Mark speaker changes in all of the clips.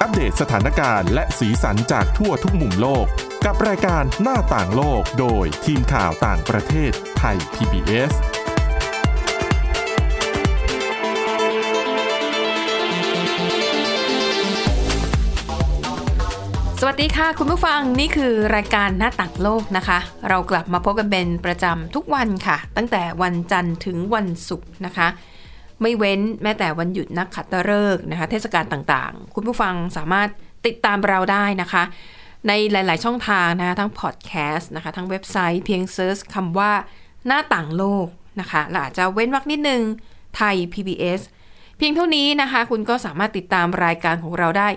Speaker 1: อัปเดตสถานการณ์และสีสันจากทั่วทุกมุมโลก กับรายการหน้าต่างโลกโดยทีมข่าวต่างประเทศไทย PBS
Speaker 2: สวัสดีค่ะ คุณผู้ฟังนี่คือรายการหน้าต่างโลกนะคะ เรากลับมาพบกันเป็นประจำทุกวันค่ะ ตั้งแต่วันจันทร์ถึงวันศุกร์นะคะ ไม่เว้นแม้แต่วันหยุดนักขัตฤกษ์นะคะ เทศกาลต่างๆ คุณผู้ฟังสามารถติดตามเราได้นะคะ ในหลาย ๆ ช่องทางนะคะ ทั้งพอดแคสต์นะคะ ทั้งเว็บไซต์เพียงเซิร์ชคำว่าหน้าต่างโลกนะคะและอาจจะเว้นวรรคนิดนึงไทย PBS เพียงเท่านี้นะคะ คุณก็สามารถติดตามรายการของเราได้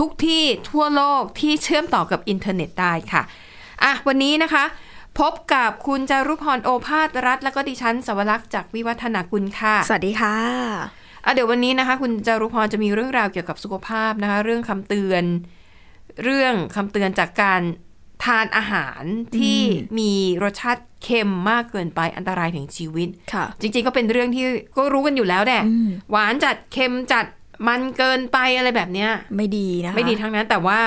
Speaker 2: ทุกที่ทั่วโลกที่เชื่อมต่อกับอินเทอร์เน็ตได้ค่ะอ่ะวันนี้นะคะ พบกับคุณจารุพรโอภาสรัฐ และก็ดิฉันสวรักษ์จากวิวัฒนากุลค่ะ
Speaker 3: สวัสดีค่ะ
Speaker 2: อ่ะเดี๋ยววันนี้นะคะ คุณจารุพรจะมีเรื่องราวเกี่ยวกับสุขภาพนะคะ เรื่องคำเตือน เรื่องคำเตือนจากการทานอาหารที่มีรสชาติเค็มมากเกินไปอันตรายถึงชีวิต
Speaker 3: ค่ะ
Speaker 2: จริงๆก็เป็นเรื่องที่ก็รู้กันอยู่แล้วแหละ
Speaker 3: อืม
Speaker 2: หวานจัดเค็มจัดมันเกินไปอะไรแบบเนี้ย
Speaker 3: ไม่ดีนะคะ
Speaker 2: ไม่ดีทั้งนั้นแต่ว่า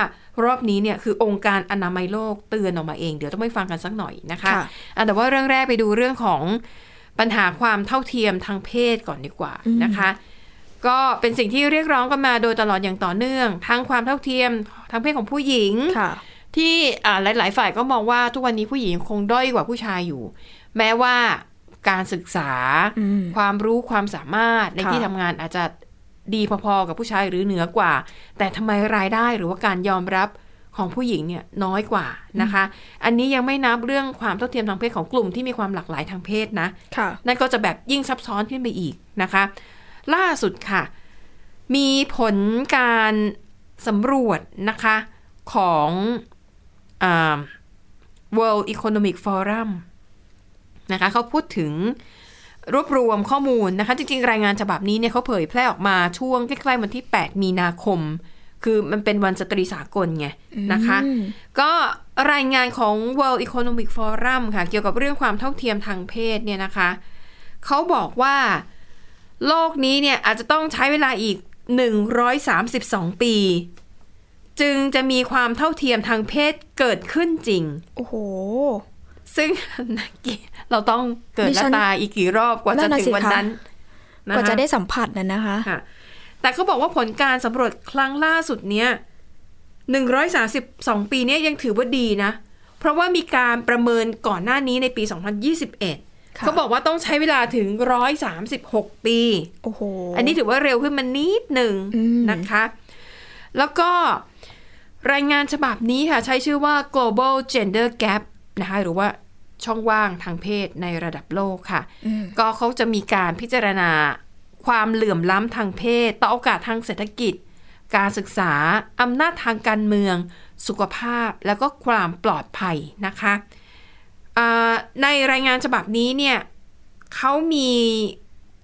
Speaker 2: รอบนี้เนี่ยคือองค์การอนามัยโลกเตือนออกมาเองเดี๋ยวต้องไปฟังกันสักหน่อยนะคะ
Speaker 3: ค่ะ
Speaker 2: อ่ะแต่ว่าเรื่องแรกไปดูเรื่องของปัญหาความเท่าเทียมทางเพศก่อนดีกว่า
Speaker 3: อืม
Speaker 2: นะคะ ก็เป็นสิ่งที่เรียกร้องกันมาโดยตลอดอย่างต่อเนื่องทางความเท่าเทียมทางเพศของผู้หญิง
Speaker 3: ค่ะ
Speaker 2: ที่อ่าหลาย ๆ ฝ่ายก็มองว่าทุกวันนี้ผู้หญิงคงด้อยกว่าผู้ชายอยู่ แม้ว่าการศึกษา
Speaker 3: อืม
Speaker 2: ความรู้ความสามารถใน
Speaker 3: ค่ะ
Speaker 2: ที่ทำงานอาจจะดีพอ ๆ กับผู้ชายหรือเหนือกว่า แต่ทำไมรายได้หรือว่าการยอมรับของผู้หญิงเนี่ยน้อยกว่านะคะ อันนี้ยังไม่นับเรื่องความเท่าเทียมทางเพศของกลุ่มที่มีความหลากหลายทางเพศนะ
Speaker 3: ค่ะ
Speaker 2: นั่นก็จะแบบยิ่งซับซ้อนขึ้นไปอีกนะคะ ล่าสุดค่ะ มีผลการสำรวจนะคะของอ่า World Economic Forum นะคะเขาพูดถึงรวบรวมข้อมูลนะคะ จริงๆ รายงานฉบับนี้เนี่ยเขาเผยแพร่ออกมาช่วงใกล้ๆวันที่ 8 มีนาคม คือมันเป็นวันสตรีสากลไงนะคะ
Speaker 3: อืม
Speaker 2: ก็รายงานของ World Economic Forum ค่ะ เกี่ยวกับเรื่องความเท่าเทียมทางเพศเนี่ยนะคะ เขาบอกว่าโลกนี้เนี่ยอาจจะต้องใช้เวลาอีก 132 ปี จึงจะมีความเท่าเทียมทางเพศเกิดขึ้นจริง
Speaker 3: โอ้โห
Speaker 2: ซึ่ง นักกีเราต้องเกิด
Speaker 3: ดิ
Speaker 2: และ
Speaker 3: ฉัน
Speaker 2: ตายอีกกี่รอบกว่าจะ
Speaker 3: นั่นน่ะ
Speaker 2: ถึง
Speaker 3: สิ
Speaker 2: วัน
Speaker 3: คะ
Speaker 2: นั้นนค
Speaker 3: กว่าจะได้สัมผัสน่ะนะคะ
Speaker 2: ค่ะแต่เขาบอกว่าผลการสำรวจครั้งล่าสุดเนี้ย132 ปีเนี้ยยังถือว่าดีนะ เพราะว่ามีการประเมินก่อนหน้านี้ในปี 2021
Speaker 3: ค่ะ
Speaker 2: เขาบอกว่าต้องใช้เวลาถึง 136 ปี
Speaker 3: โอ้โห
Speaker 2: อันนี้ถือว่าเร็วขึ้นมานิดหนึ่ง
Speaker 3: อืม
Speaker 2: นะคะ แล้วก็รายงานฉบับนี้ค่ะ ใช้ชื่อว่า global gender gap นะคะหรือว่าช่องว่างทางเพศในระดับโลกค่ะ
Speaker 3: อืม
Speaker 2: ก็เขาจะมีการพิจารณาความเหลื่อมล้ำทางเพศ ต่อโอกาสทางเศรษฐกิจ การศึกษา อำนาจทางการเมือง สุขภาพ แล้วก็ความปลอดภัยนะคะอ่าในรายงานฉบับนี้เนี่ยเขามี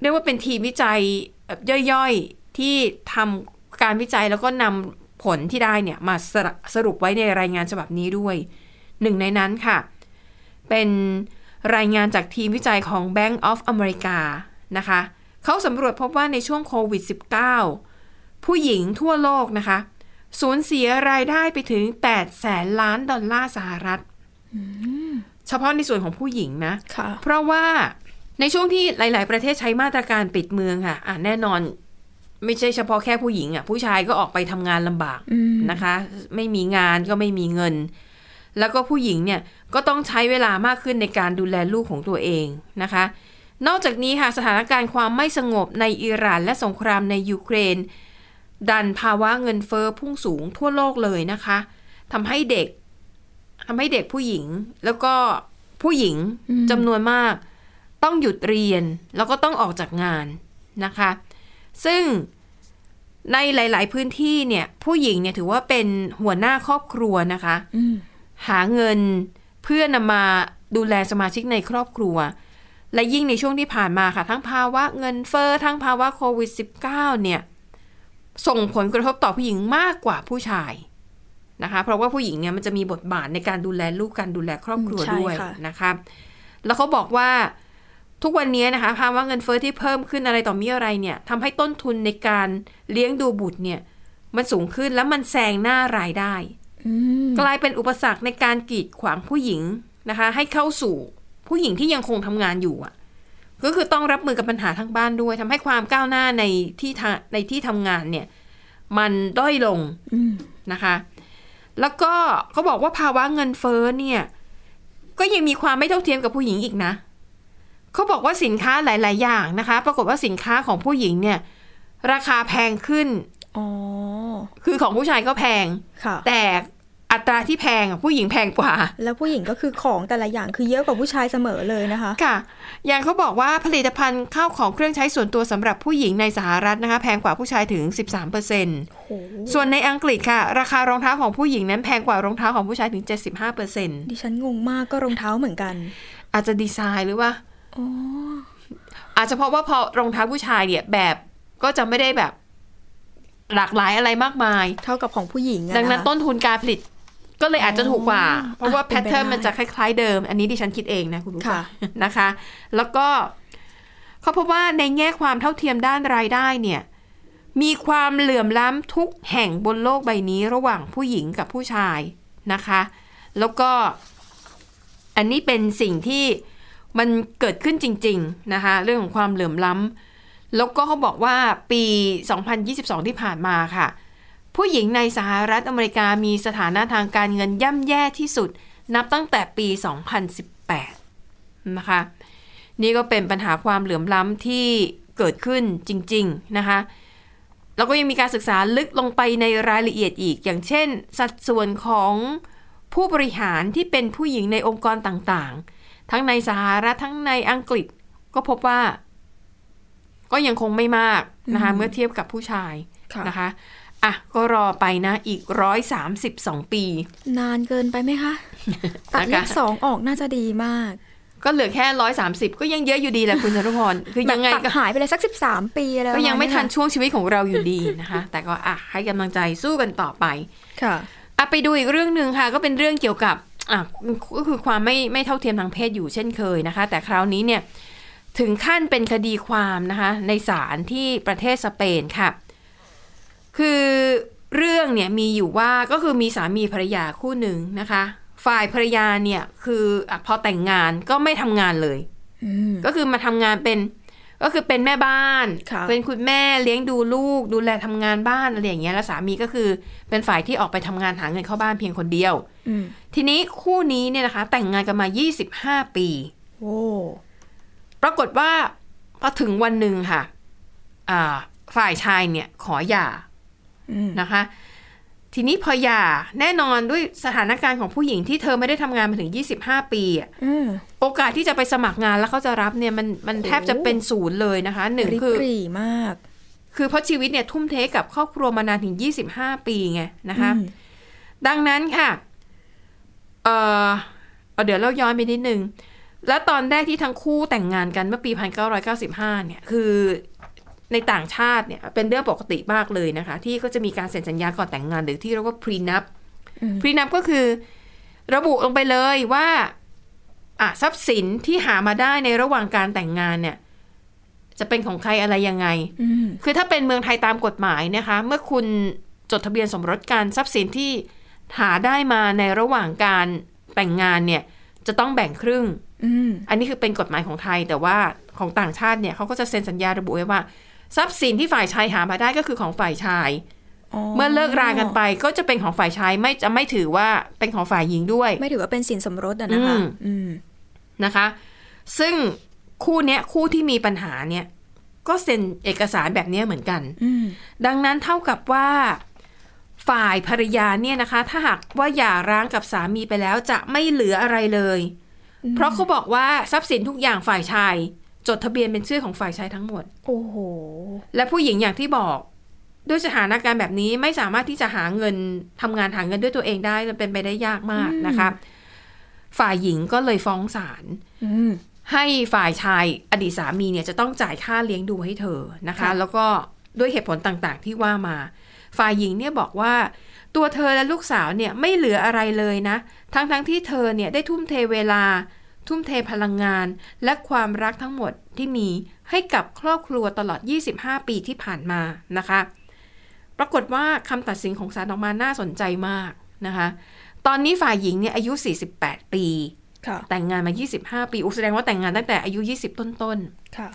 Speaker 2: เรียกว่าเป็นทีมวิจัยแบบย่อยๆ ที่ทำการวิจัยแล้วก็นำผลที่ได้เนี่ยมาสระสรุปไว้ในรายงานฉบับนี้ด้วย หนึ่งในนั้นค่ะ เป็นรายงานจากทีมวิจัยของ Bank of America นะคะ เขาสำรวจพบว่าในช่วงโควิด -19 ผู้หญิงทั่วโลกนะคะ สูญเสียรายได้ไปถึง 8 แสนล้านดอลลาร์สหรัฐ เฉพาะในส่วนของผู้หญิงนะ
Speaker 3: ค่ะ
Speaker 2: เพราะว่าในช่วงที่หลาย ๆ ประเทศใช้มาตรการปิดเมืองค่ะอ่ะ แน่นอนไม่ใช่เฉพาะแค่ผู้หญิงอ่ะ ผู้ชายก็ออกไปทำงานลำบาก
Speaker 3: อืม
Speaker 2: นะคะไม่มีงานก็ไม่มีเงิน แล้วก็ผู้หญิงเนี่ยก็ต้องใช้เวลามากขึ้นในการดูแลลูกของตัวเองนะคะ นอกจากนี้ค่ะสถานการณ์ความไม่สงบในอิหร่านและสงครามในยูเครน ดันภาวะเงินเฟอ้อพุ่งสูงทั่วโลกเลยนะคะทำให้เด็กทำให้เด็กผู้หญิงแล้วก็ผู้หญิง
Speaker 3: อืม
Speaker 2: จำนวนมาก ต้องหยุดเรียนแล้วก็ต้องออกจากงานนะคะ ซึ่ง ในหลาย ๆ พื้นที่เนี่ยผู้หญิงเนี่ยถือว่าเป็นหัวหน้าครอบครัวนะคะ
Speaker 3: อืม
Speaker 2: หาเงินเพื่อนำมาดูแลสมาชิกในครอบครัว และยิ่งในช่วงที่ผ่านมาค่ะ ทั้งภาวะเงินเฟอ้อทั้งภาวะโควิด -19 เนี่ย ส่งผลกระทบต่อผู้หญิงมากกว่าผู้ชายนะคะ เพราะว่าผู้หญิงเนี่ยมันจะมีบทบาทในการดูแลลูกการดูแลครอบครัว
Speaker 3: อืมใช่
Speaker 2: ด้วย
Speaker 3: ค่ะ
Speaker 2: นะคะแล้วเขาบอกว่าทุกวันนี้นะคะภาวะเงินเฟอ้อที่เพิ่มขึ้นอะไรต่อมีอะไรเนี่ยทำให้ต้นทุนในการเลี้ยงดูบุตรเนี่ย มันสูงขึ้นแล้วมันแซงหน้ารายได้
Speaker 3: อืม
Speaker 2: กลายเป็นอุปสรรคในการกีดขวางผู้หญิงนะคะ ให้เข้าสู่ผู้หญิงที่ยังคงทำงานอยู่อ่ะ ก็คือต้องรับมือกับปัญหาทั้งบ้านด้วยทำให้ความก้าวหน้าในที่ทาในที่ทำงานเนี่ย มันด้อยลง
Speaker 3: อืม
Speaker 2: นะคะ แล้วก็เขาบอกว่าภาวะเงินเฟ้อเนี่ย ก็ยังมีความไม่เท่าเทียมกับผู้หญิงอีกนะเขาบอกว่าสินค้าหลาย ๆ อย่างนะคะ ปรากฏว่าสินค้าของผู้หญิงเนี่ย ราคาแพงขึ้น
Speaker 3: อ๋อ
Speaker 2: คือของผู้ชายก็แพง
Speaker 3: ค่ะ
Speaker 2: แต่อัตราที่แพงอะผู้หญิงแพงกว่า
Speaker 3: แล้วผู้หญิงก็คือของแต่ละอย่างคือเยอะกว่าผู้ชายเสมอเลยนะคะ
Speaker 2: ค่ะ อย่างเขาบอกว่าผลิตภัณฑ์ข้าวของเครื่องใช้ส่วนตัวสำหรับผู้หญิงในสหรัฐนะคะ แพงกว่าผู้ชายถึง 13%
Speaker 3: โอ้โห
Speaker 2: ส่วนในอังกฤษค่ะ ราคารองเท้าของผู้หญิงนั้นแพงกว่ารองเท้าของผู้ชายถึง 75%
Speaker 3: ดิฉันงงมากก็รองเท้าเหมือนกัน
Speaker 2: อาจจะดีไซน์หรือว่า
Speaker 3: อ๋อ
Speaker 2: อาจจะเพราะว่าพอรองเท้าผู้ชายเนี่ยแบบก็จะไม่ได้แบบ หลากหลายอะไรมากมาย
Speaker 3: เท่ากับของผู้หญิงอะะ
Speaker 2: ดังนั้นต้นทุนการผลิตก็เลยอาจจะถูกกว่า
Speaker 3: อ๋อ
Speaker 2: เพราะว่า
Speaker 3: อ่
Speaker 2: แพทเทิร์น
Speaker 3: ป็ไปได้
Speaker 2: มันจะคล้ายๆเดิม อันนี้ดิฉันคิดเองนะคุณผู้ชม
Speaker 3: ค่ะ
Speaker 2: นะคะ แล้วก็เขาพบว่าในแง่ความเท่าเทียมด้านรายได้เนี่ย มีความเหลื่อมล้ำทุกแห่งบนโลกใบนี้ระหว่างผู้หญิงกับผู้ชายนะคะ แล้วก็อันนี้เป็นสิ่งที่มันเกิดขึ้นจริง ๆนะคะ เรื่องของความเหลื่อมล้ำแล้วก็เขาบอกว่าปี 2022 ที่ผ่านมาค่ะ ผู้หญิงในสหรัฐอเมริกามีสถานะทางการเงินย่ำแย่ที่สุด นับตั้งแต่ปี 2018 นะคะ นี่ก็เป็นปัญหาความเหลื่อมล้ำที่เกิดขึ้นจริง ๆ นะคะ แล้วก็ยังมีการศึกษาลึกลงไปในรายละเอียดอีก อย่างเช่น สัดส่วนของผู้บริหารที่เป็นผู้หญิงในองค์กรต่างๆ ทั้งในสหรัฐทั้งในอังกฤษก็พบว่า ก็ยังคงไม่มากนะคะ เมื่อเทียบกับผู้ชาย
Speaker 3: ค่ะ
Speaker 2: นะคะ อ่ะ ก็รอไปนะอีก 132 ปี
Speaker 3: นานเกินไปไหมคะ ตัดเลขสองออกน่าจะดีมาก
Speaker 2: ก็เหลือแค่ 130 ก็ยังเยอะอยู่ดีแหละคุณจรุพร คือยังไง
Speaker 3: แบบตั
Speaker 2: ก็
Speaker 3: ดหายไปเลยสักสิบสามปีอะไร
Speaker 2: ก็ยังไม่ทัน
Speaker 3: ประาณเ
Speaker 2: ช่วงชีวิตของเราอยู่ดีนะคะ แต่ก็อ่ะให้กำลังใจสู้กันต่อไป
Speaker 3: ยค่ะ
Speaker 2: อ่ะไปดูอีกเรื่องหนึ่งค่ะก็เป็นเรื่องเกี่ยวกับอ่ะก็คือความไม่ไม่เท่าเทียมทางเพศอยู่เช่นเคยนะคะ แต่คราวนี้เนี่ยถึงขั้นเป็นคดีความนะคะในศาลที่ประเทศสเปนค่ะ คือเรื่องเนี่ยมีอยู่ว่าก็คือมีสามีภรรยาคู่หนึ่งนะคะ ฝ่ายภรรยาเนี่ยคืออะพอแต่งงานก็ไม่ทำงานเลย
Speaker 3: อืม
Speaker 2: ก็คือมาทำงานเป็นก็คือเป็นแม่บ้าน
Speaker 3: ค่ะ
Speaker 2: เป็นคุณแม่เลี้ยงดูลูก ดูแลทำงานบ้านอะไรอย่างเงี้ยแล้วสามีก็คือเป็นฝ่ายที่ออกไปทำงานหาเงินเข้าบ้านเพียงคนเดียว
Speaker 3: อืม
Speaker 2: ทีนี้คู่นี้เนี่ยนะคะ แต่งงานกันมา 25 ปี
Speaker 3: โอ้
Speaker 2: ปรากฏว่าพอถึงวันหนึ่งค่ะอ่าฝ่ายชายเนี่ยขอหย่า
Speaker 3: อืม
Speaker 2: นะคะ ทีนี้พอหย่าแน่นอนด้วยสถานการณ์ของผู้หญิงที่เธอไม่ได้ทำงานมาถึง 25 ปีอะ
Speaker 3: อืม
Speaker 2: โอกาสที่จะไปสมัครงานแล้วเขาจะรับเนี่ยมันมัน
Speaker 3: โอ้โห
Speaker 2: แทบจะเป็นศูนย์เลยนะคะหนึ่ง
Speaker 3: ริบ
Speaker 2: คือ
Speaker 3: หรี่มาก
Speaker 2: คือเพราะชีวิตเนี่ยทุ่มเทกับครอบครัวมานานถึง 25 ปีไงนะคะ
Speaker 3: อืม
Speaker 2: ดังนั้นค่ะ เออเอาเดี๋ยวเราย้อนไปนิดนึง แล้วตอนแรกที่ทั้งคู่แต่งงานกันเมื่อปี 1995 เนี่ย คือในต่างชาติเนี่ย เป็นเรื่องปกติมากเลยนะคะ ที่ก็จะมีการเซ็นสัญญาก่อนแต่งงานหรือที่เรียกว่า prenup
Speaker 3: อืม
Speaker 2: prenup ก็คือระบุลงไปเลยว่าอ่ะทรัพย์สินที่หามาได้ในระหว่างการแต่งงานเนี่ย จะเป็นของใครอะไรยังไง
Speaker 3: อืม
Speaker 2: คือถ้าเป็นเมืองไทยตามกฎหมายนะคะ เมื่อคุณจดทะเบียนสมรสกันทรัพย์สินที่หาได้มาในระหว่างการแต่งงานเนี่ย จะต้องแบ่งครึ่ง
Speaker 3: อืม
Speaker 2: อันนี้คือเป็นกฎหมายของไทย แต่ว่าของต่างชาติเนี่ยเขาก็จะเซ็นสัญญาระบุไว้ว่า ทรัพย์สินที่ฝ่ายชายหามาได้ก็คือของฝ่ายชาย เมื่อเลิกรากันไปก็จะเป็นของฝ่ายชายไม่จะไม่ถือว่าเป็นของฝ่ายหญิงด้วย
Speaker 3: ไม่ถือว่าเป็นสินสมรสอะนะคะ
Speaker 2: อืม
Speaker 3: อืม
Speaker 2: นะคะ ซึ่งคู่เนี้ยคู่ที่มีปัญหาเนี่ยก็เซ็นเอกสารแบบเนี้ยเหมือนกัน
Speaker 3: อืม
Speaker 2: ดังนั้นเท่ากับว่าฝ่ายภรรยาเนี่ยนะคะ ถ้าหากว่าหย่าร้างกับสามีไปแล้วจะไม่เหลืออะไรเลย เพราะเขาบอกว่าทรัพย์สินทุกอย่างฝ่ายชาย จดทะเบียนเป็นชื่อของฝ่ายชายทั้งหมด
Speaker 3: โอ้โห
Speaker 2: และผู้หญิงอย่างที่บอก ด้วยสถานการณ์แบบนี้ไม่สามารถที่จะหาเงินทำงานหาเงินด้วยตัวเองได้มันเป็นไปได้ยากมากนะคะ ฝ่ายหญิงก็เลยฟ้องศาล
Speaker 3: อืม
Speaker 2: ให้ฝ่ายชายอดีตสามีเนี่ยจะต้องจ่ายค่าเลี้ยงดูให้เธอนะคะ
Speaker 3: ค่ะ
Speaker 2: แล้วก็ด้วยเหตุผลต่างๆที่ว่ามา ฝ่ายหญิงเนี่ยบอกว่า ตัวเธอและลูกสาวเนี่ยไม่เหลืออะไรเลยนะ ทั้งๆที่เธอเนี่ยได้ทุ่มเทเวลา ทุ่มเทพลังงาน และความรักทั้งหมดที่มีให้กับครอบครัวตลอด 25 ปีที่ผ่านมานะคะ ปรากฏว่าคำตัดสินของศาลออกมาน่าสนใจมากนะคะ ตอนนี้ฝ่ายหญิงเนี่ยอายุ 48 ปี
Speaker 3: ค่ะ
Speaker 2: แต่งงานมา 25 ปีอุยแสดงว่าแต่งงานตั้งแต่อายุ 20 ต้นๆ
Speaker 3: ค่ะ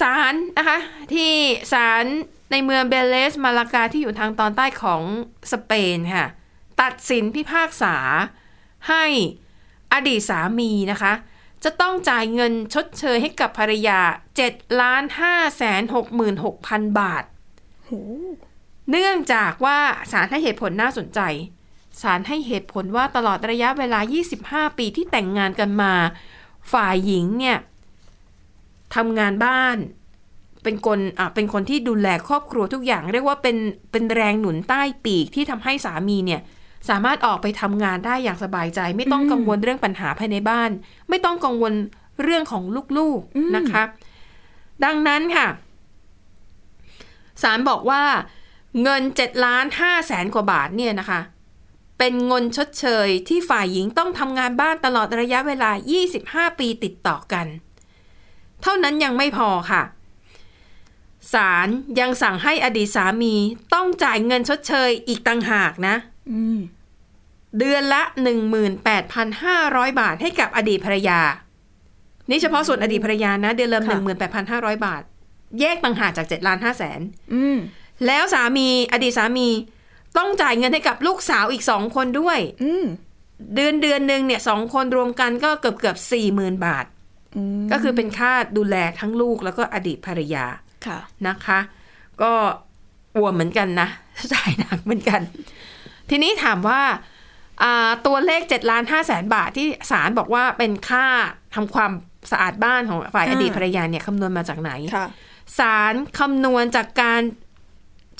Speaker 2: ศาลนะคะที่ศาลในเมืองเบเลสมาลากาที่อยู่ทางตอนใต้ของสเปนค่ะ ตัดสินพิพากษาให้อดีตสามีนะคะ จะต้องจ่ายเงินชดเชยให้กับภรรยา7ล้าน5แสน6 6,000 บาท
Speaker 3: โห
Speaker 2: เนื่องจากว่าศาลให้เหตุผลน่าสนใจ ศาลให้เหตุผลว่าตลอดระยะเวลา 25 ปีที่แต่งงานกันมา ฝ่ายหญิงเนี่ยทำงานบ้าน เป็นคนอ่ะเป็นคนที่ดูแลครอบครัวทุกอย่าง เรียกว่าเป็นเป็นแรงหนุนใต้ปีกที่ทำให้สามีเนี่ย สามารถออกไปทำงานได้อย่างสบายใจ ไม่ต้อง
Speaker 3: อืม
Speaker 2: กังวลเรื่องปัญหาภายในบ้าน ไม่ต้องกังวลเรื่องของลูกๆนะคะ ดังนั้นค่ะ ศาลบอกว่าเงิน7ล้าน5แสนกว่าบาทเนี่ยนะคะ เป็นเงินชดเชยที่ฝ่ายหญิงต้องทำงานบ้านตลอดระยะเวลา 25 ปีติดต่อกัน เท่านั้นยังไม่พอค่ะ ศาลยังสั่งให้อดีตสามีต้องจ่ายเงินชดเชยอีกต่างหากนะ
Speaker 3: อืม
Speaker 2: เดือนละ 18,500 บาทให้กับอดีตภรรยา นี่เฉพาะส่วนอดีตภรรยานะ เดือนละ
Speaker 3: ค่ะ
Speaker 2: 18,500 บาท แยกต่างหากจาก7ล้าน5แสน
Speaker 3: อืม
Speaker 2: แล้วสามีอดีตสามีต้องจ่ายเงินให้กับลูกสาวอีกสองคนด้วย
Speaker 3: อืม
Speaker 2: เดือนเดือนหนึ่งเนี่ยสองคนรวมกันก็เกือบเกือบสี่หมื่นบาท
Speaker 3: อืม
Speaker 2: ก็คือเป็นค่าดูแลทั้งลูกแล้วก็อดีตภรรยา
Speaker 3: ค่ะ
Speaker 2: นะคะ ก็อ้วนเหมือนกันนะ จ่ายหนักเหมือนกัน ทีนี้ถามว่าอ่าตัวเลข7ล้าน5แสนบาทที่ศาลบอกว่าเป็นค่าทำความสะอาดบ้านของฝ่ายอดีตภรรยาเนี่ยคำนวณมาจากไหน
Speaker 3: ค่ะ
Speaker 2: ศาลคำนวณจากการ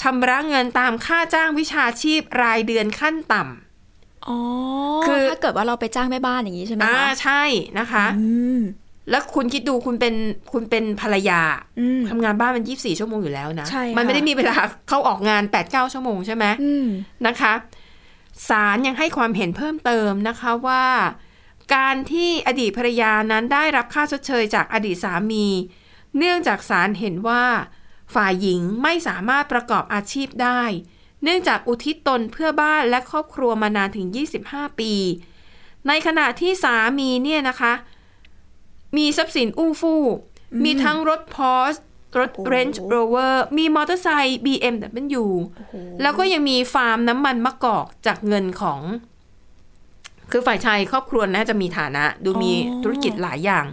Speaker 2: ชำระเงินตามค่าจ้างวิชาชีพรายเดือนขั้นต่
Speaker 3: อ๋อ
Speaker 2: คื
Speaker 3: คือ
Speaker 2: อ
Speaker 3: ถ้าเกิดว่าเราไปจ้างแม่บ้านอย่างนี้ใช่ไห
Speaker 2: ำ
Speaker 3: ม
Speaker 2: อ่า
Speaker 3: คะ
Speaker 2: ใช่นะคะ
Speaker 3: อืม
Speaker 2: แล้วคุณคิดดูคุณเป็นคุณเป็นภรรยา
Speaker 3: อืม
Speaker 2: ทำงานบ้านมัน 24 ชั่วโมงอยู่แล้วนะ
Speaker 3: ใช่ค่ะ
Speaker 2: มันไม่ได้มีเวลาเข้าออกงาน 8-9 ชั่วโมงใช่ไหม
Speaker 3: อืม
Speaker 2: นะคะศาลยังให้ความเห็นเพิ่มเติมนะคะว่า การที่อดีตภรรยานั้นได้รับค่าชดเชยจากอดีตสามี เนื่องจากศาลเห็นว่า ฝ่ายหญิงไม่สามารถประกอบอาชีพได้ เนื่องจากอุทิศตนเพื่อบ้านและครอบครัวมานานถึง 25 ปี ในขณะที่สามีเนี่ยนะคะ มีทรัพย์สินอู้ฟู่มีทั้งรถพอร์ชรถ
Speaker 3: โอ้โห
Speaker 2: เรนจ์โรเวอร์มีมอเตอร์ไซค์ BMW
Speaker 3: โอ้โห
Speaker 2: แล้วก็ยังมีฟาร์มน้ำมันมะกอกจากเงินของ คือฝ่ายชายครอบครัวน่าจะมีฐานะ ดูมีธุรกิจหลายอย่าง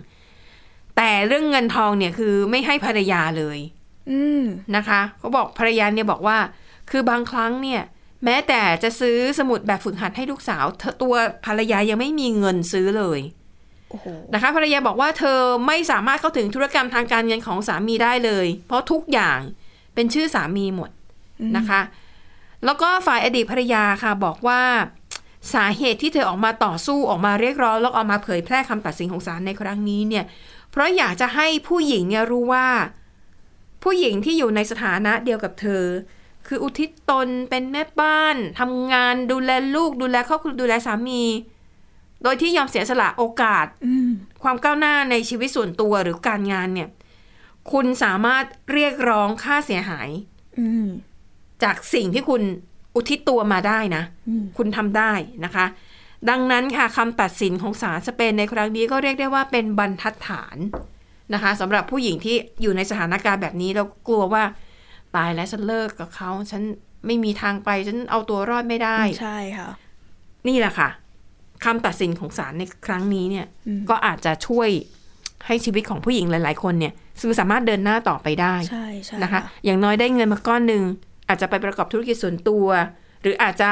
Speaker 2: แต่เรื่องเงินทองเนี่ยคือไม่ให้ภรรยาเลย
Speaker 3: อืม
Speaker 2: นะคะเขาบอกภรรยาเนี่ยบอกว่า คือบางครั้งเนี่ย แม้แต่จะซื้อสมุดแบบฝึกหัดให้ลูกสาวเธอตัวภรรยายังไม่มีเงินซื้อเลย
Speaker 3: โอ้โห
Speaker 2: นะคะ ภรรยาบอกว่าเธอไม่สามารถเข้าถึงธุรกรรมทางการเงินของสามีได้เลย เพราะทุกอย่างเป็นชื่อสามีหมด
Speaker 3: อืม
Speaker 2: นะคะ แล้วก็ฝ่ายอดีตภรรยาค่ะบอกว่า สาเหตุที่เธอออกมาต่อสู้ออกมาเรียกร้องแล้วออกมาเผยแพร่คำตัดสินของศาลในครั้งนี้เนี่ย เพราะอยากจะให้ผู้หญิงเนี่ยรู้ว่า ผู้หญิงที่อยู่ในสถานะเดียวกับเธอ คืออุทิศตนเป็นแม่บ้านทำงานดูแลลูกดูแลครอบครัวดูแลสามี โดยที่ยอมเสียสละโอกาส
Speaker 3: อืม
Speaker 2: ความก้าวหน้าในชีวิตส่วนตัวหรือการงานเนี่ย คุณสามารถเรียกร้องค่าเสียหาย
Speaker 3: อืม
Speaker 2: จากสิ่งที่คุณอุทิศตัวมาได้นะ
Speaker 3: อืม
Speaker 2: คุณทำได้นะคะ ดังนั้นค่ะคำตัดสินของศาลสเปนในครั้งนี้ก็เรียกได้ว่าเป็นบรรทัดฐานนะคะสำหรับผู้หญิงที่อยู่ในสถานการณ์แบบนี้แล้วกลัวว่าตายแล้วฉันเลิกกับเขาฉันไม่มีทางไปฉันเอาตัวรอดไม่ได้
Speaker 3: ใช่ค่ะ
Speaker 2: นี่แหละค่ะคำตัดสินของศาลในครั้งนี้เนี่ย
Speaker 3: อืม
Speaker 2: ก็อาจจะช่วยให้ชีวิตของผู้หญิงหลาย ๆ คนเนี่ยคือสามารถเดินหน้าต่อไปได้
Speaker 3: ใช่ใช่
Speaker 2: นะคะอย่างน้อยได้เงินมาก้อนหนึ่งอาจจะไปประกอบธุรกิจส่วนตัว หรืออาจจะ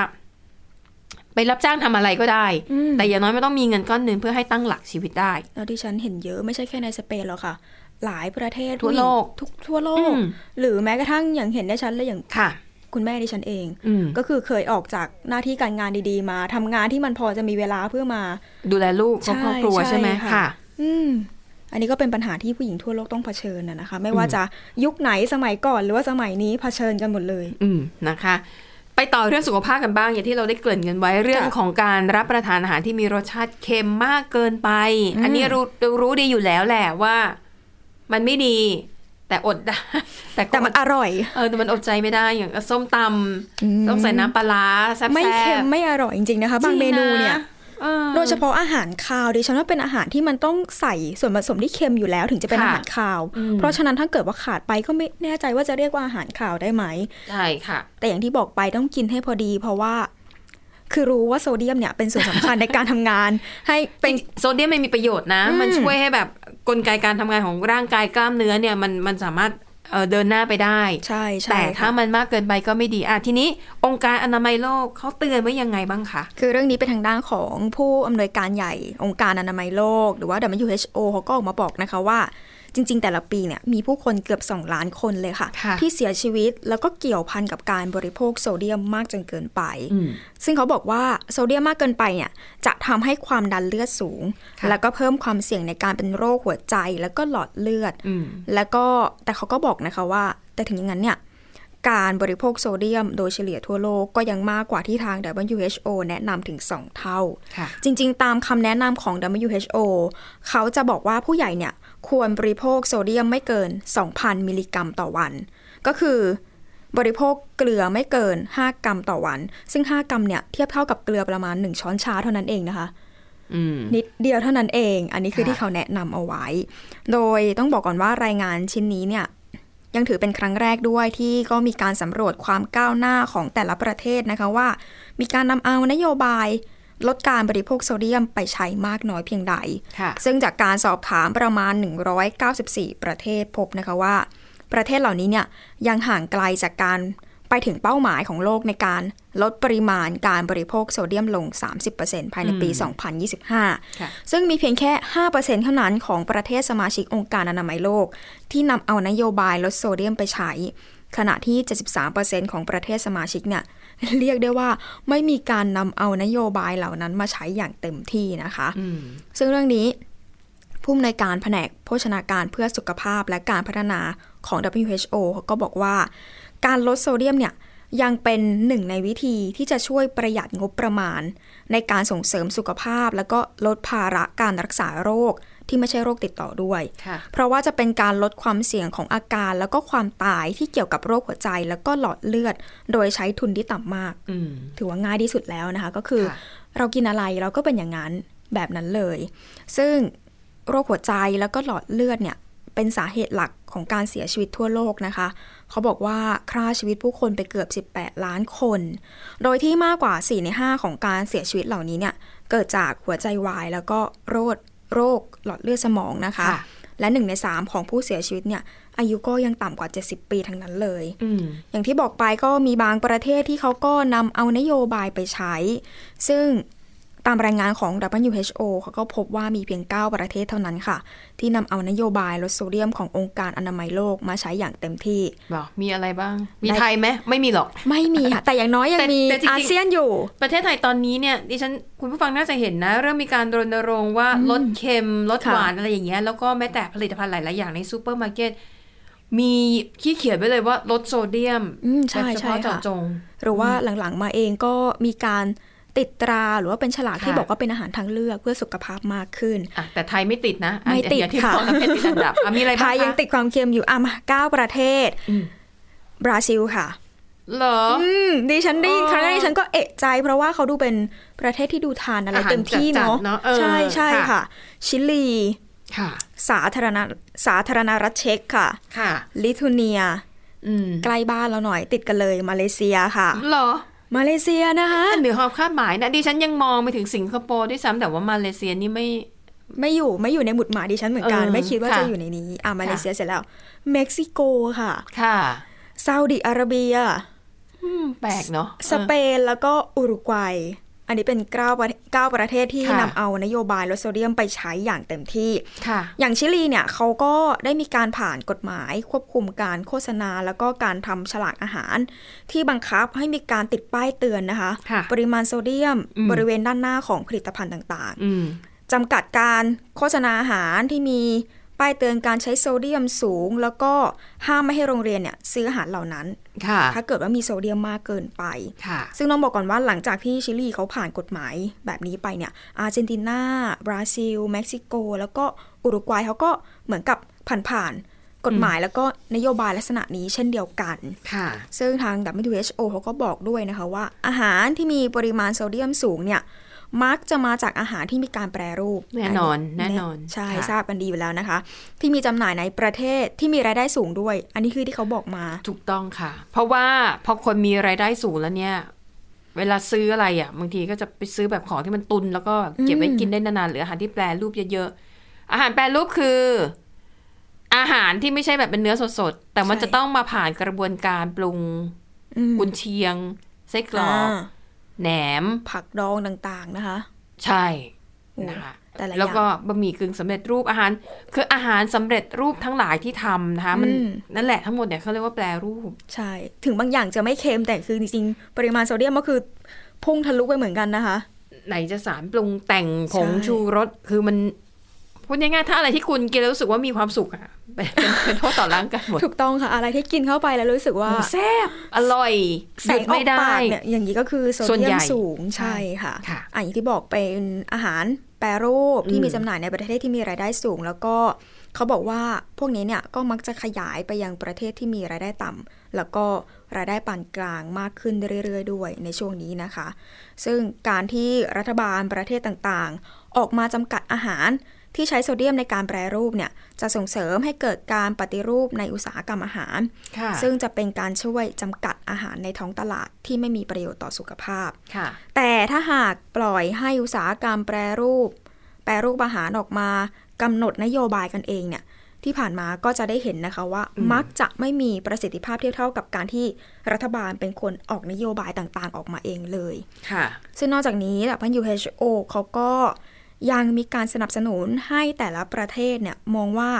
Speaker 2: ไปรับจ้างทำอะไรก็ได้
Speaker 3: อืม
Speaker 2: แต่อย่างน้อยไม่ต้องมีเงินก้อนหนึ่งเพื่อให้ตั้งหลักชีวิตได้
Speaker 3: แล้วที่ฉันเห็นเยอะไม่ใช่แค่ในสเปนหรอกค่ะ หลายประเทศ
Speaker 2: ทั่วโลก
Speaker 3: ทุกทั่วโลก
Speaker 2: อืม
Speaker 3: หรือแม้กระทั่งอย่างเห็นได้ชัดเลยอย่าง
Speaker 2: ค่ะ
Speaker 3: คุณแม่ดิฉันเอง
Speaker 2: อืม
Speaker 3: ก็คือเคยออกจากหน้าที่การงานดีๆมาทำงานที่มันพอจะมีเวลาเพื่อมา
Speaker 2: ดูแลลูกค
Speaker 3: ใช่
Speaker 2: รอบครัว
Speaker 3: ใช่
Speaker 2: ใช่ไหม
Speaker 3: ค่ะ
Speaker 2: ค่ะ
Speaker 3: อืม อันนี้ก็เป็นปัญหาที่ผู้หญิงทั่วโลกต้องเผชิญนะนะคะ ไม่ว่า
Speaker 2: อืม
Speaker 3: จะยุคไหนสมัยก่อนหรือว่าสมัยนี้เผชิญกันหมดเลย
Speaker 2: อืมนะคะ ไปต่อเรื่องสุขภาพกันบ้าง อย่างที่เราได้เกริ่นกันไว้เรื่อง
Speaker 3: ค่ะ
Speaker 2: ของการรับประทานอาหารที่มีรสชาติเค็มมากเกินไป
Speaker 3: อืม
Speaker 2: อันนี้รู้รู้ดีอยู่แล้วแหละว่า มันไม่ดี แต่อดได้ แต่ก็
Speaker 3: แต่มันอร่อย
Speaker 2: เออแต่มันอดใจไม่ได้อย่างส้มต
Speaker 3: อืม
Speaker 2: ำต้องใส่น้ำปลาร้าแซ่บๆ
Speaker 3: ไม่เค็มไม่อร่อยจริงๆนะคะ บางเมนูเนี่ย
Speaker 2: ออ
Speaker 3: โดยเฉพาะอาหารคาวดิฉันว่าเป็นอาหารที่มันต้องใส่ส่วนผสมที่เค็มอยู่แล้วถึงจะเป็น
Speaker 2: ค่ะ
Speaker 3: อาหารคาว
Speaker 2: อืม
Speaker 3: เพราะฉะนั้นถ้าเกิดว่าขาดไปก็ไม่แน่ใจว่าจะเรียกว่าอาหารคาวได้ไหม
Speaker 2: ใช่ค่ะ
Speaker 3: แต่อย่างที่บอกไปต้องกินให้พอดี เพราะว่า คือรู้ว่าโซเดียมเนี่ยเป็นส่วนสำคัญ ในการทำงาน ให้เป็น
Speaker 2: โซเดียมมันมีประโยชน์นะ
Speaker 3: อืม
Speaker 2: มันช่วยให้แบบกลไกการทำงานของร่างกายกล้ามเนื้อเนี่ยมันมันสามารถเอ่อเดินหน้าไปได้
Speaker 3: ใช่ใช่
Speaker 2: แต่ถ้า
Speaker 3: ค่ะ
Speaker 2: มันมากเกินไปก็ไม่ดีอ่ะทีนี้องค์การอนามัยโลกเขาเตือนไว้ยังไงบ้างคะ
Speaker 3: คือเรื่องนี้เป็นทางด้านของผู้อำนวยการใหญ่องค์การอนามัยโลก หรือว่า WHO เขาก็ออกมาบอกนะคะว่า จริง ๆ แต่ละปีเนี่ยมีผู้คนเกือบ 2 ล้านคนเลยค่ะ
Speaker 2: ค่ะ
Speaker 3: ที่เสียชีวิตแล้วก็เกี่ยวพันกับการบริโภคโซเดียมมากจนเกินไป ซึ่งเขาบอกว่าโซเดียมมากเกินไปเนี่ยจะทำให้ความดันเลือดสูง
Speaker 2: ค่ะ
Speaker 3: แล้วก็เพิ่มความเสี่ยงในการเป็นโรคหัวใจแล้วก็หลอดเลือด
Speaker 2: อืม
Speaker 3: แล้วก็แต่เขาก็บอกนะคะว่า แต่ถึงอย่างนั้นเนี่ยการบริโภคโซเดียมโดยเฉลี่ยทั่วโลกก็ยังมากกว่าที่ทาง WHO แนะนำถึง 2 เท่า
Speaker 2: ค่ะ
Speaker 3: จริงๆ ตามคำแนะนำของ WHO เขาจะบอกว่าผู้ใหญ่เนี่ยควรบริโภคโซเดียมไม่เกิน 2,000 มิลลิกรัมต่อวัน ก็คือบริโภคเกลือไม่เกิน 5 กรัมต่อวัน ซึ่ง 5 กรัมเนี่ยเทียบเท่ากับเกลือประมาณ 1 ช้อนชาเท่านั้นเองนะคะ
Speaker 2: อืม
Speaker 3: นิดเดียวเท่านั้นเอง อันนี้คือ
Speaker 2: ค่ะ
Speaker 3: ที่เขาแนะนำเอาไว้ โดยต้องบอกก่อนว่ารายงานชิ้นนี้เนี่ยยังถือเป็นครั้งแรกด้วยที่ก็มีการสำรวจความก้าวหน้าของแต่ละประเทศนะคะว่า มีการนำเอานโยบาย ลดการบริโภคโซเดียมไปใช้มากน้อยเพียงใด
Speaker 2: ค่ะ
Speaker 3: ซึ่งจากการสอบถามประมาณ 194 ประเทศพบนะคะว่า ประเทศเหล่านี้เนี่ยยังห่างไกลจากการไปถึงเป้าหมายของโลกในการลดปริมาณการบริโภคโซเดียมลง 30%ภายในปี
Speaker 2: อืม
Speaker 3: 2025
Speaker 2: ค่ะ
Speaker 3: ซึ่งมีเพียงแค่ 5%เท่านั้นของประเทศสมาชิกองค์การอนามัยโลก ที่นำเอานโยบายลดโซเดียมไปใช้ ขณะที่ 73%ของประเทศสมาชิกเนี่ย เรียกได้ว่าไม่มีการนำเอานโยบายเหล่านั้นมาใช้อย่างเต็มที่นะคะ
Speaker 2: อืม
Speaker 3: ซึ่งเรื่องนี้ผู้อำนวยการแผนกโภชนาการเพื่อสุขภาพและการพัฒนาของ WHO เขาก็บอกว่า การลดโซเดียมเนี่ยยังเป็นหนึ่งในวิธีที่จะช่วยประหยัดงบประมาณ ในการส่งเสริมสุขภาพ แล้วก็ลดภาระการรักษาโรคที่ไม่ใช่โรคติดต่อด้วย
Speaker 2: ค่ะ
Speaker 3: เพราะว่าจะเป็นการลดความเสี่ยงของอาการ แล้วก็ความตายที่เกี่ยวกับโรคหัวใจ แล้วก็หลอดเลือด โดยใช้ทุนที่ต่ำมาก
Speaker 2: อืม
Speaker 3: ถือว่าง่ายที่สุดแล้วนะคะ ก็คือ
Speaker 2: ค่ะ
Speaker 3: เรากินอะไรเราก็เป็นอย่างนั้นแบบนั้นเลย ซึ่งโรคหัวใจแล้วก็หลอดเลือดเนี่ย เป็นสาเหตุหลักของการเสียชีวิตทั่วโลกนะคะ เขาบอกว่าฆ่าชีวิตผู้คนไปเกือบ 18 ล้านคน โดยที่มากกว่า 4 ใน 5 ของการเสียชีวิตเหล่านี้เนี่ย เกิดจากหัวใจวายแล้วก็โรคโรคหลอดเลือดสมองนะคะ
Speaker 2: ค่ะ
Speaker 3: และ 1 ใน 3 ของผู้เสียชีวิตเนี่ยอายุก็ยังต่ำกว่า 70 ปีทั้งนั้นเลย
Speaker 2: อืม
Speaker 3: อย่างที่บอกไปก็มีบางประเทศที่เขาก็นำเอานโยบายไปใช้ ซึ่งตามรายงานของ WHO เขาก็พบว่ามีเพียง 9 ประเทศเท่านั้นค่ะ ที่นำเอานโยบายลดโซเดียมขององค์การอนามัยโลกมาใช้อย่างเต็มที่
Speaker 2: หรอ มีอะไรบ้าง มีไทยไหมไม่มีหรอก
Speaker 3: ไม่มีค่ะ แต่อย่างน้อยยัง
Speaker 2: แต่
Speaker 3: มี
Speaker 2: แต่จริงๆ
Speaker 3: อาเซียนอยู่
Speaker 2: ประเทศไทยตอนนี้เนี่ยดิฉันคุณผู้ฟังน่าจะเห็นนะ เริ่มมีการรณรงค์ว่าลดเค็มลด
Speaker 3: ค่ะ
Speaker 2: หวานอะไรอย่างเงี้ยแล้วก็แม้แต่ผลิตภัณฑ์หลาย ๆ อย่างในซูเปอร์มาร์เก็ตมีขี้เขียนไว้เลยว่าลดโซเดียม
Speaker 3: อืม
Speaker 2: แบ
Speaker 3: ใช่
Speaker 2: บเฉ
Speaker 3: ใช่
Speaker 2: พาะเจาะ
Speaker 3: ค่ะ
Speaker 2: จง
Speaker 3: หรือว่าหลังๆมาเองก็มีการติดตราหรือว่าเป็นฉลากที่
Speaker 2: ค่ะ
Speaker 3: บอกว่าเป็นอาหารทางเลือกเพื่อสุขภาพมากขึ้น
Speaker 2: อ่ะแต่ไทยไม่ติดนะอัน
Speaker 3: ไม่ติด
Speaker 2: อย่างที่
Speaker 3: ค่ะ
Speaker 2: บอกนะเป็นติดอันดับอ่ะมีอะไร
Speaker 3: ไท
Speaker 2: บ้าง
Speaker 3: ย
Speaker 2: คะ
Speaker 3: ยังติดความเค็มอยู่อ่ะมาเก้าประเทศ
Speaker 2: อืม
Speaker 3: บราซิลค่ะ
Speaker 2: เหรอ
Speaker 3: อืมดิฉันได้ยิน
Speaker 2: อ๋อ
Speaker 3: ครั้งแรกดิฉันก็เอะใจ เพราะว่าเขาดูเป็นประเทศที่ดูทานอะไร
Speaker 2: อาหาร
Speaker 3: เต็มที่
Speaker 2: จัด
Speaker 3: เนาะ
Speaker 2: ๆเนอะเออ
Speaker 3: ใช่ใช่
Speaker 2: ค่ะ
Speaker 3: ค่ะ ชิลี
Speaker 2: ค่ะ
Speaker 3: สาธารณสาธารณรัฐเช็กค่ะ
Speaker 2: ค่ะ
Speaker 3: ลิทัวเนีย
Speaker 2: อืม
Speaker 3: ใกล้บ้านเราหน่อยติดกันเลยมาเลเซียค่ะ
Speaker 2: เหรอ
Speaker 3: มาเลเซียนะคะ
Speaker 2: อันเหนือความคาดหมายนะดิฉันยังมองไปถึงสิงคโปร์ด้วยซ้ำแต่ว่ามาเลเซียนี่ไม่
Speaker 3: ไม่อยู่ไม่อยู่ในหมุดหมายดิฉันเหมือนกัน
Speaker 2: เออ
Speaker 3: ไม่คิดว่า
Speaker 2: ค่ะ
Speaker 3: จะอยู่ในนี้อ่ะมาเล
Speaker 2: ค่ะ
Speaker 3: เซียเสร็จแล้ว เม็กซิโกค่ะ
Speaker 2: ค่ะ
Speaker 3: ซาอุดิอาระเบีย
Speaker 2: อืมแปลกเนาะ
Speaker 3: สเปนแล้วก็อุรุกวัย อันนี้เป็นเก้าประเทศเก้าประเทศที่
Speaker 2: ค่ะ
Speaker 3: นำเอานโยบายลดโซเดียมไปใช้อย่างเต็มที่
Speaker 2: ค่ะ
Speaker 3: อย่างชิลีเนี่ยเขาก็ได้มีการผ่านกฎหมายควบคุมการโฆษณา แล้วก็การทำฉลากอาหาร ที่บังคับให้มีการติดป้ายเตือนนะคะ
Speaker 2: ค่ะ
Speaker 3: ปริมาณโซเดียม
Speaker 2: อืม
Speaker 3: บริเวณด้านหน้าของผลิตภัณฑ์ต่าง
Speaker 2: อืม
Speaker 3: ๆจำกัดการโฆษณาอาหารที่มีป้ายเตือนการใช้โซเดียมสูง แล้วก็ห้ามไม่ให้โรงเรียนเนี่ยซื้ออาหารเหล่านั้น
Speaker 2: ค่ะ
Speaker 3: ถ้าเกิดว่ามีโซเดียมมากเกินไป
Speaker 2: ค่ะ
Speaker 3: ซึ่งต้องบอกก่อนว่าหลังจากที่ชิลีเขาผ่านกฎหมายแบบนี้ไปเนี่ย อาร์เจนตินา บราซิล เม็กซิโก แล้วก็อุรุกวัยเขาก็เหมือนกับผ่านๆ กฎหมายแล้วก็นโยบายลักษณะนี้เช่นเดียวกัน
Speaker 2: ค่ะ
Speaker 3: ซึ่งทาง WHO เขาก็บอกด้วยนะคะว่า อาหารที่มีปริมาณโซเดียมสูงเนี่ยมักจะมาจากอาหารที่มีการแปรรูป
Speaker 2: แน่นอนแน่นอน
Speaker 3: ใช่
Speaker 2: ค่ะ
Speaker 3: ทราบกันดีอยู่แล้วนะคะ ที่มีจำหน่ายในประเทศที่มีรายได้สูงด้วย อันนี้คือที่เขาบอกมา
Speaker 2: ถูกต้องค่ะ เพราะว่าพอคนมีรายได้สูงแล้วเนี่ย เวลาซื้ออะไรอ่ะบางทีก็จะไปซื้อแบบของที่มันตุน แล้วก็เก็บไว้กินได้นานๆหรืออาหารที่แปรรูปเยอะๆอาหารแปรรูปคือ อาหารที่ไม่ใช่แบบเป็นเนื้อสดๆแต่มัน
Speaker 3: ใช่
Speaker 2: จะต้องมาผ่านกระบวนการปรุง
Speaker 3: อืม
Speaker 2: กุนเชียงไส้กรอก
Speaker 3: า
Speaker 2: แหนม
Speaker 3: ผักดองต่างๆนะคะ
Speaker 2: ใช่
Speaker 3: โอ้
Speaker 2: นะคะ
Speaker 3: แต่ละอย่าง
Speaker 2: แล้วก็บะหมี่กึ่งสำเร็จรูปอาหาร คืออาหารสำเร็จรูปทั้งหลายที่ทำนะคะมัน
Speaker 3: อืม
Speaker 2: นั่นแหละทั้งหมดเนี่ยเขาเรียกว่าแปรรูป
Speaker 3: ใช่ ถึงบางอย่างจะไม่เค็มแต่คือจริงๆ ปริมาณโซเดียมก็คือพุ่งทะลุไปเหมือนกันนะคะ
Speaker 2: ไหนจะสารปรุงแต่งผง
Speaker 3: ใช่
Speaker 2: ชูรสคือมันพูดง่ายๆถ้าอะไรที่คุณกินแล้วรู้สึกว่ามีความสุขอะเป็นเป็นเป็นโทษต่อร่างกายหมด
Speaker 3: ถูกต้องค่ะ อะไรที่กินเข้าไปแล้วรู้สึกว่า
Speaker 2: โอ้แซ่บอร่อย
Speaker 3: แส
Speaker 2: หยุ
Speaker 3: ง
Speaker 2: ด
Speaker 3: ออ
Speaker 2: ไม่
Speaker 3: ก
Speaker 2: ได้
Speaker 3: ปากเนี่ยอย่างนี้ก็คือโซ
Speaker 2: ส่วน
Speaker 3: เดีย
Speaker 2: ใหญ่
Speaker 3: มสูงใช่ค่ะ
Speaker 2: ค่ะ
Speaker 3: อ่ะอย่างที่บอกเป็นอาหารแปรรูปที่
Speaker 2: อืม
Speaker 3: มีจำหน่ายในประเทศที่มีรายได้สูง แล้วก็เขาบอกว่าพวกนี้เนี่ยก็มักจะขยายไปยังประเทศที่มีรายได้ต่ำแล้วก็รายได้ปานกลางมากขึ้นเรื่อยๆ ด้วยในช่วงนี้นะคะ ซึ่งการที่รัฐบาลประเทศต่างๆ ออกมาจำกัดอาหารที่ใช้โซเดียมในการแปรรูปเนี่ยจะส่งเสริมให้เกิดการปฏิรูปในอุตสาหกรรมอาหาร
Speaker 2: ค่ะ
Speaker 3: ซึ่งจะเป็นการช่วยจำกัดอาหารในท้องตลาดที่ไม่มีประโยชน์ต่อสุขภาพ
Speaker 2: ค่ะ
Speaker 3: แต่ถ้าหากปล่อยให้อุตสาหกรรมแปรรูป แปรรูปอาหารออกมากำหนดนโยบายกันเองเนี่ยที่ผ่านมาก็จะได้เห็นนะคะว่า มักจะไม่มีประสิทธิภาพเทียบเท่ากับการที่รัฐบาลเป็นคนออกนโยบายต่างๆ ออกมาเองเลย
Speaker 2: ค่ะ
Speaker 3: ซึ่งนอกจากนี้แบบพัน WHO เขาก็ยังมีการสนับสนุนให้แต่ละประเทศเนี่ยมองว่า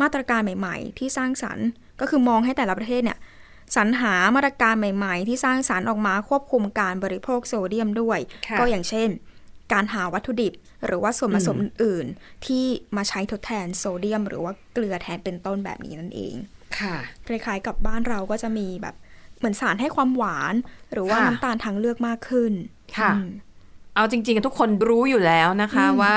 Speaker 3: มาตรการใหม่ ๆ ที่สร้างสรรค์ ก็คือมองให้แต่ละประเทศเนี่ยสรรหามาตรการใหม่ ๆ ที่สร้างสรรค์ออกมาควบคุมการบริโภคโซเดียมด้วย
Speaker 2: ค่ะ
Speaker 3: ก็อย่างเช่น การหาวัตถุดิบ หรือว่าส่วนผสมอื่นๆที่มาใช้ทดแทนโซเดียม หรือว่าเกลือแทนเป็นต้นแบบนี้นั่นเอง
Speaker 2: ค่ะ
Speaker 3: คล้ายๆกับบ้านเราก็จะมีแบบเหมือนสารให้ความหวาน หรือว่า
Speaker 2: ค่ะ
Speaker 3: น้ำตาลทางเลือกมากขึ้น
Speaker 2: ค่ะ
Speaker 3: อืม
Speaker 2: เอาจริงๆ ทุกคนรู้อยู่แล้วนะคะว่า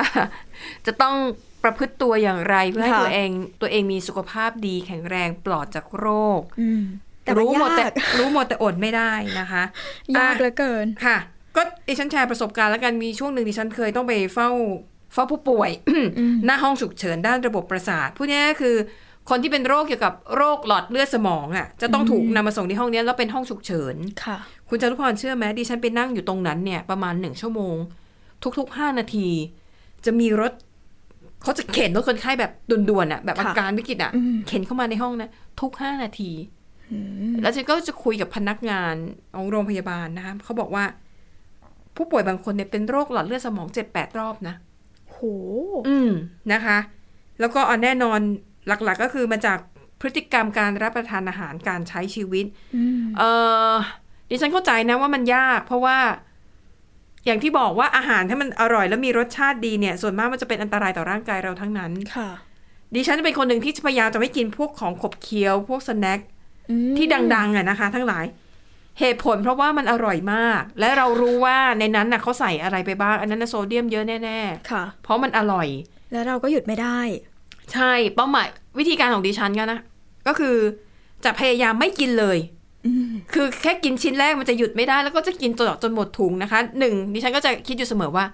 Speaker 2: จะต้องประพฤติตัวอย่างไรเพื่อให้
Speaker 3: ค่ะ
Speaker 2: ตัวเองตัวเองมีสุขภาพดีแข็งแรงปลอดจากโรค
Speaker 3: อืมแต่มัน
Speaker 2: รู้หมดแต่
Speaker 3: ยาก
Speaker 2: รู้หมดแต่อดไม่ได้นะคะ
Speaker 3: ยาก
Speaker 2: อ่ะ
Speaker 3: เหลือเกิน
Speaker 2: ค่ะ ก็ดิฉันแชร์ประสบการณ์แล้วกันมีช่วงหนึ่งดิฉันเคยต้องไปเฝ้าเฝ้าผู้ป่วย หน้าห้องฉุกเฉินด้านระบบประสาทผู้นี้คือ คนที่เป็นโรคเกี่ยวกับโรคหลอดเลือดสมองอ่ะจะต้องถูกนำมาส่งที่ห้องเนี้ยแล้วเป็นห้องฉุกเฉิน
Speaker 3: ค่ะ
Speaker 2: คุณจารุพรเชื่อไหมดิฉันไปนั่งอยู่ตรงนั้นเนี่ยประมาณหนึ่งชั่วโมง ทุกๆห้านาที จะมีรถเขาจะเข็นรถคนไข้แบบด่วนๆอ่ะแบบอา
Speaker 3: ค่ะ
Speaker 2: การวิกฤตอ่ะ
Speaker 3: อืม
Speaker 2: เข็นเข้ามาในห้องนะทุกห้านาที แล้วฉันก็จะคุยกับพนักงานของโรงพยาบาลนะคะเขาบอกว่า ผู้ป่วยบางคนเนี่ยเป็นโรคหลอดเลือดสมองเจ็ดแปดรอบนะ
Speaker 3: โห
Speaker 2: อืมนะคะ แล้วก็อ่ะแน่นอนหลักๆก็คือมาจากพฤติกรรมการรับประทานอาหารการใช้ชีวิต
Speaker 3: อืม
Speaker 2: เออดิฉันเข้าใจนะว่ามันยาก เพราะว่า อย่างที่บอกว่าอาหารถ้ามันอร่อย แล้วมีรสชาติดีเนี่ย ส่วนมากมันจะเป็นอันตรายต่อร่างกายเราทั้งนั้น
Speaker 3: ค่ะ
Speaker 2: ดิฉันเป็นคนหนึ่งที่พยายามจะไม่กินพวกของขบเคี้ยว พวกสแน็ค
Speaker 3: อืม
Speaker 2: ที่ดังๆอะนะคะ ทั้งหลาย เหตุผลเพราะว่ามันอร่อยมาก และเรารู้ว่าในนั้นน่ะเขาใส่อะไรไปบ้าง อันนั้นน่ะโซเดียมเยอะแน่
Speaker 3: ค่ะ
Speaker 2: ๆ เพราะมันอร่อย
Speaker 3: แล้วเราก็หยุดไม่ได้
Speaker 2: ใช่เป้าหมายวิธีการของดิฉันก็นะ ก็คือจะพยายามไม่กินเลย
Speaker 3: อืม
Speaker 2: คือแค่กินชิ้นแรกมันจะหยุดไม่ได้แล้วก็จะกินจนจนหมดถุงนะคะหนึ่งดิฉันก็จะคิดอยู่เสมอว่า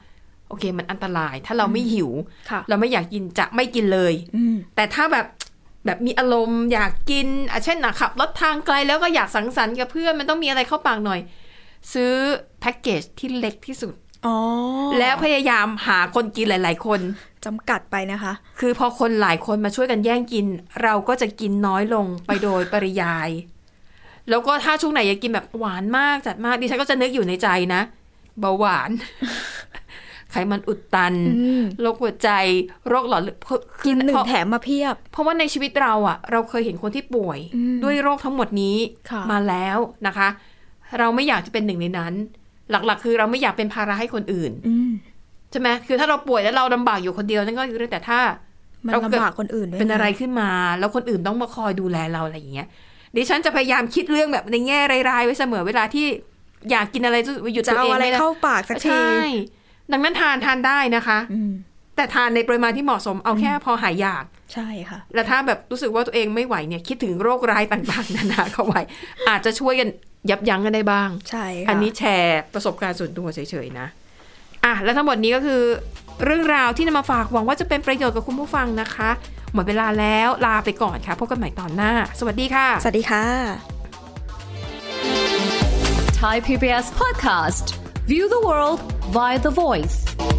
Speaker 2: โอเคมันอันตราย ถ้าเราไม่หิว
Speaker 3: ค่ะ
Speaker 2: เราไม่อยากกินจะไม่กินเลย
Speaker 3: อืม
Speaker 2: แต่ถ้าแบบแบบมีอารมณ์อยากกินอ่ะเช่นอ่ะขับรถทางไกลแล้วก็อยากสังสรรค์กับเพื่อนมันต้องมีอะไรเข้าปากหน่อย ซื้อแพ็กเกจที่เล็กที่สุด
Speaker 3: อ๋อ
Speaker 2: แล้วพยายามหาคนกินหลาย ๆ คน
Speaker 3: จำกัดไปนะคะ
Speaker 2: คือพอคนหลายคนมาช่วยกันแย่งกิน เราก็จะกินน้อยลงไปโดยปริยาย แล้วก็ถ้าช่วงไหนอยากกินแบบหวานมากจัดมากดิฉันก็จะนึกอยู่ในใจนะเบาหวาน ไขมันอุดตัน
Speaker 3: อืม
Speaker 2: โรคหัวใจโรคหลอดเลือด
Speaker 3: กินหนึ่
Speaker 2: เพ
Speaker 3: ง
Speaker 2: ราะ
Speaker 3: แถมมาเพียบ
Speaker 2: เพราะว่าในชีวิตเราอะเราเคยเห็นคนที่ป่วย
Speaker 3: อืม
Speaker 2: ด้วยโรคทั้งหมดนี้
Speaker 3: ค่ะ
Speaker 2: มาแล้วนะคะ เราไม่อยากจะเป็นหนึ่งในนั้น หลักๆ คือเราไม่อยากเป็นภาระให้คนอื่น
Speaker 3: อืม
Speaker 2: ใช่ไหมคือถ้าเราป่วยแล้วเราลำบากอยู่คนเดียวนั่นก็คือเรื่องแต่ถ้า
Speaker 3: มัน
Speaker 2: เราเกิด
Speaker 3: ลำบากคนอื่นด้วย
Speaker 2: เป็นอะไรขึ้นมาแล้วคนอื่นต้องมาคอยดูแลเราอะไรอย่างเงี้ยดิฉันจะพยายามคิดเรื่องแบบในแง่ร้ายๆไว้เสมอเวลาที่อยากกินอะไรจะหยุด
Speaker 3: จะ
Speaker 2: ตัวเอง
Speaker 3: เอาอะไร
Speaker 2: ม่ด้
Speaker 3: เข้าปากสักที
Speaker 2: ใช่ดังนั้นทานทานได้นะคะ
Speaker 3: อืม
Speaker 2: แต่ทานในปริมาณที่เหมาะสมเอาแค่พอหายอยาก
Speaker 3: ใช่ค่ะ
Speaker 2: แล้วถ้าแบบรู้สึกว่าตัวเองไม่ไหวเนี่ยคิดถึงโรคร้ายต่างๆ นานาเข้าไว้ อาจจะช่วยกันยับยั้งกันได้บ้าง
Speaker 3: ใช่ค่ะ
Speaker 2: อันนี้แชร์ประสบการณ์ส่วนตัวเฉยๆนะ อ่ะ และทั้งหมดนี้ก็คือเรื่องราวที่นำมาฝากหวังว่าจะเป็นประโยชน์กับคุณผู้ฟังนะคะ หมดเวลาแล้วลาไปก่อนค่ะพบกันใหม่ตอนหน้า สวัสดีค่ะ
Speaker 3: สวัสดีค่ะ
Speaker 4: Thai PBS podcast. View the world via the voice.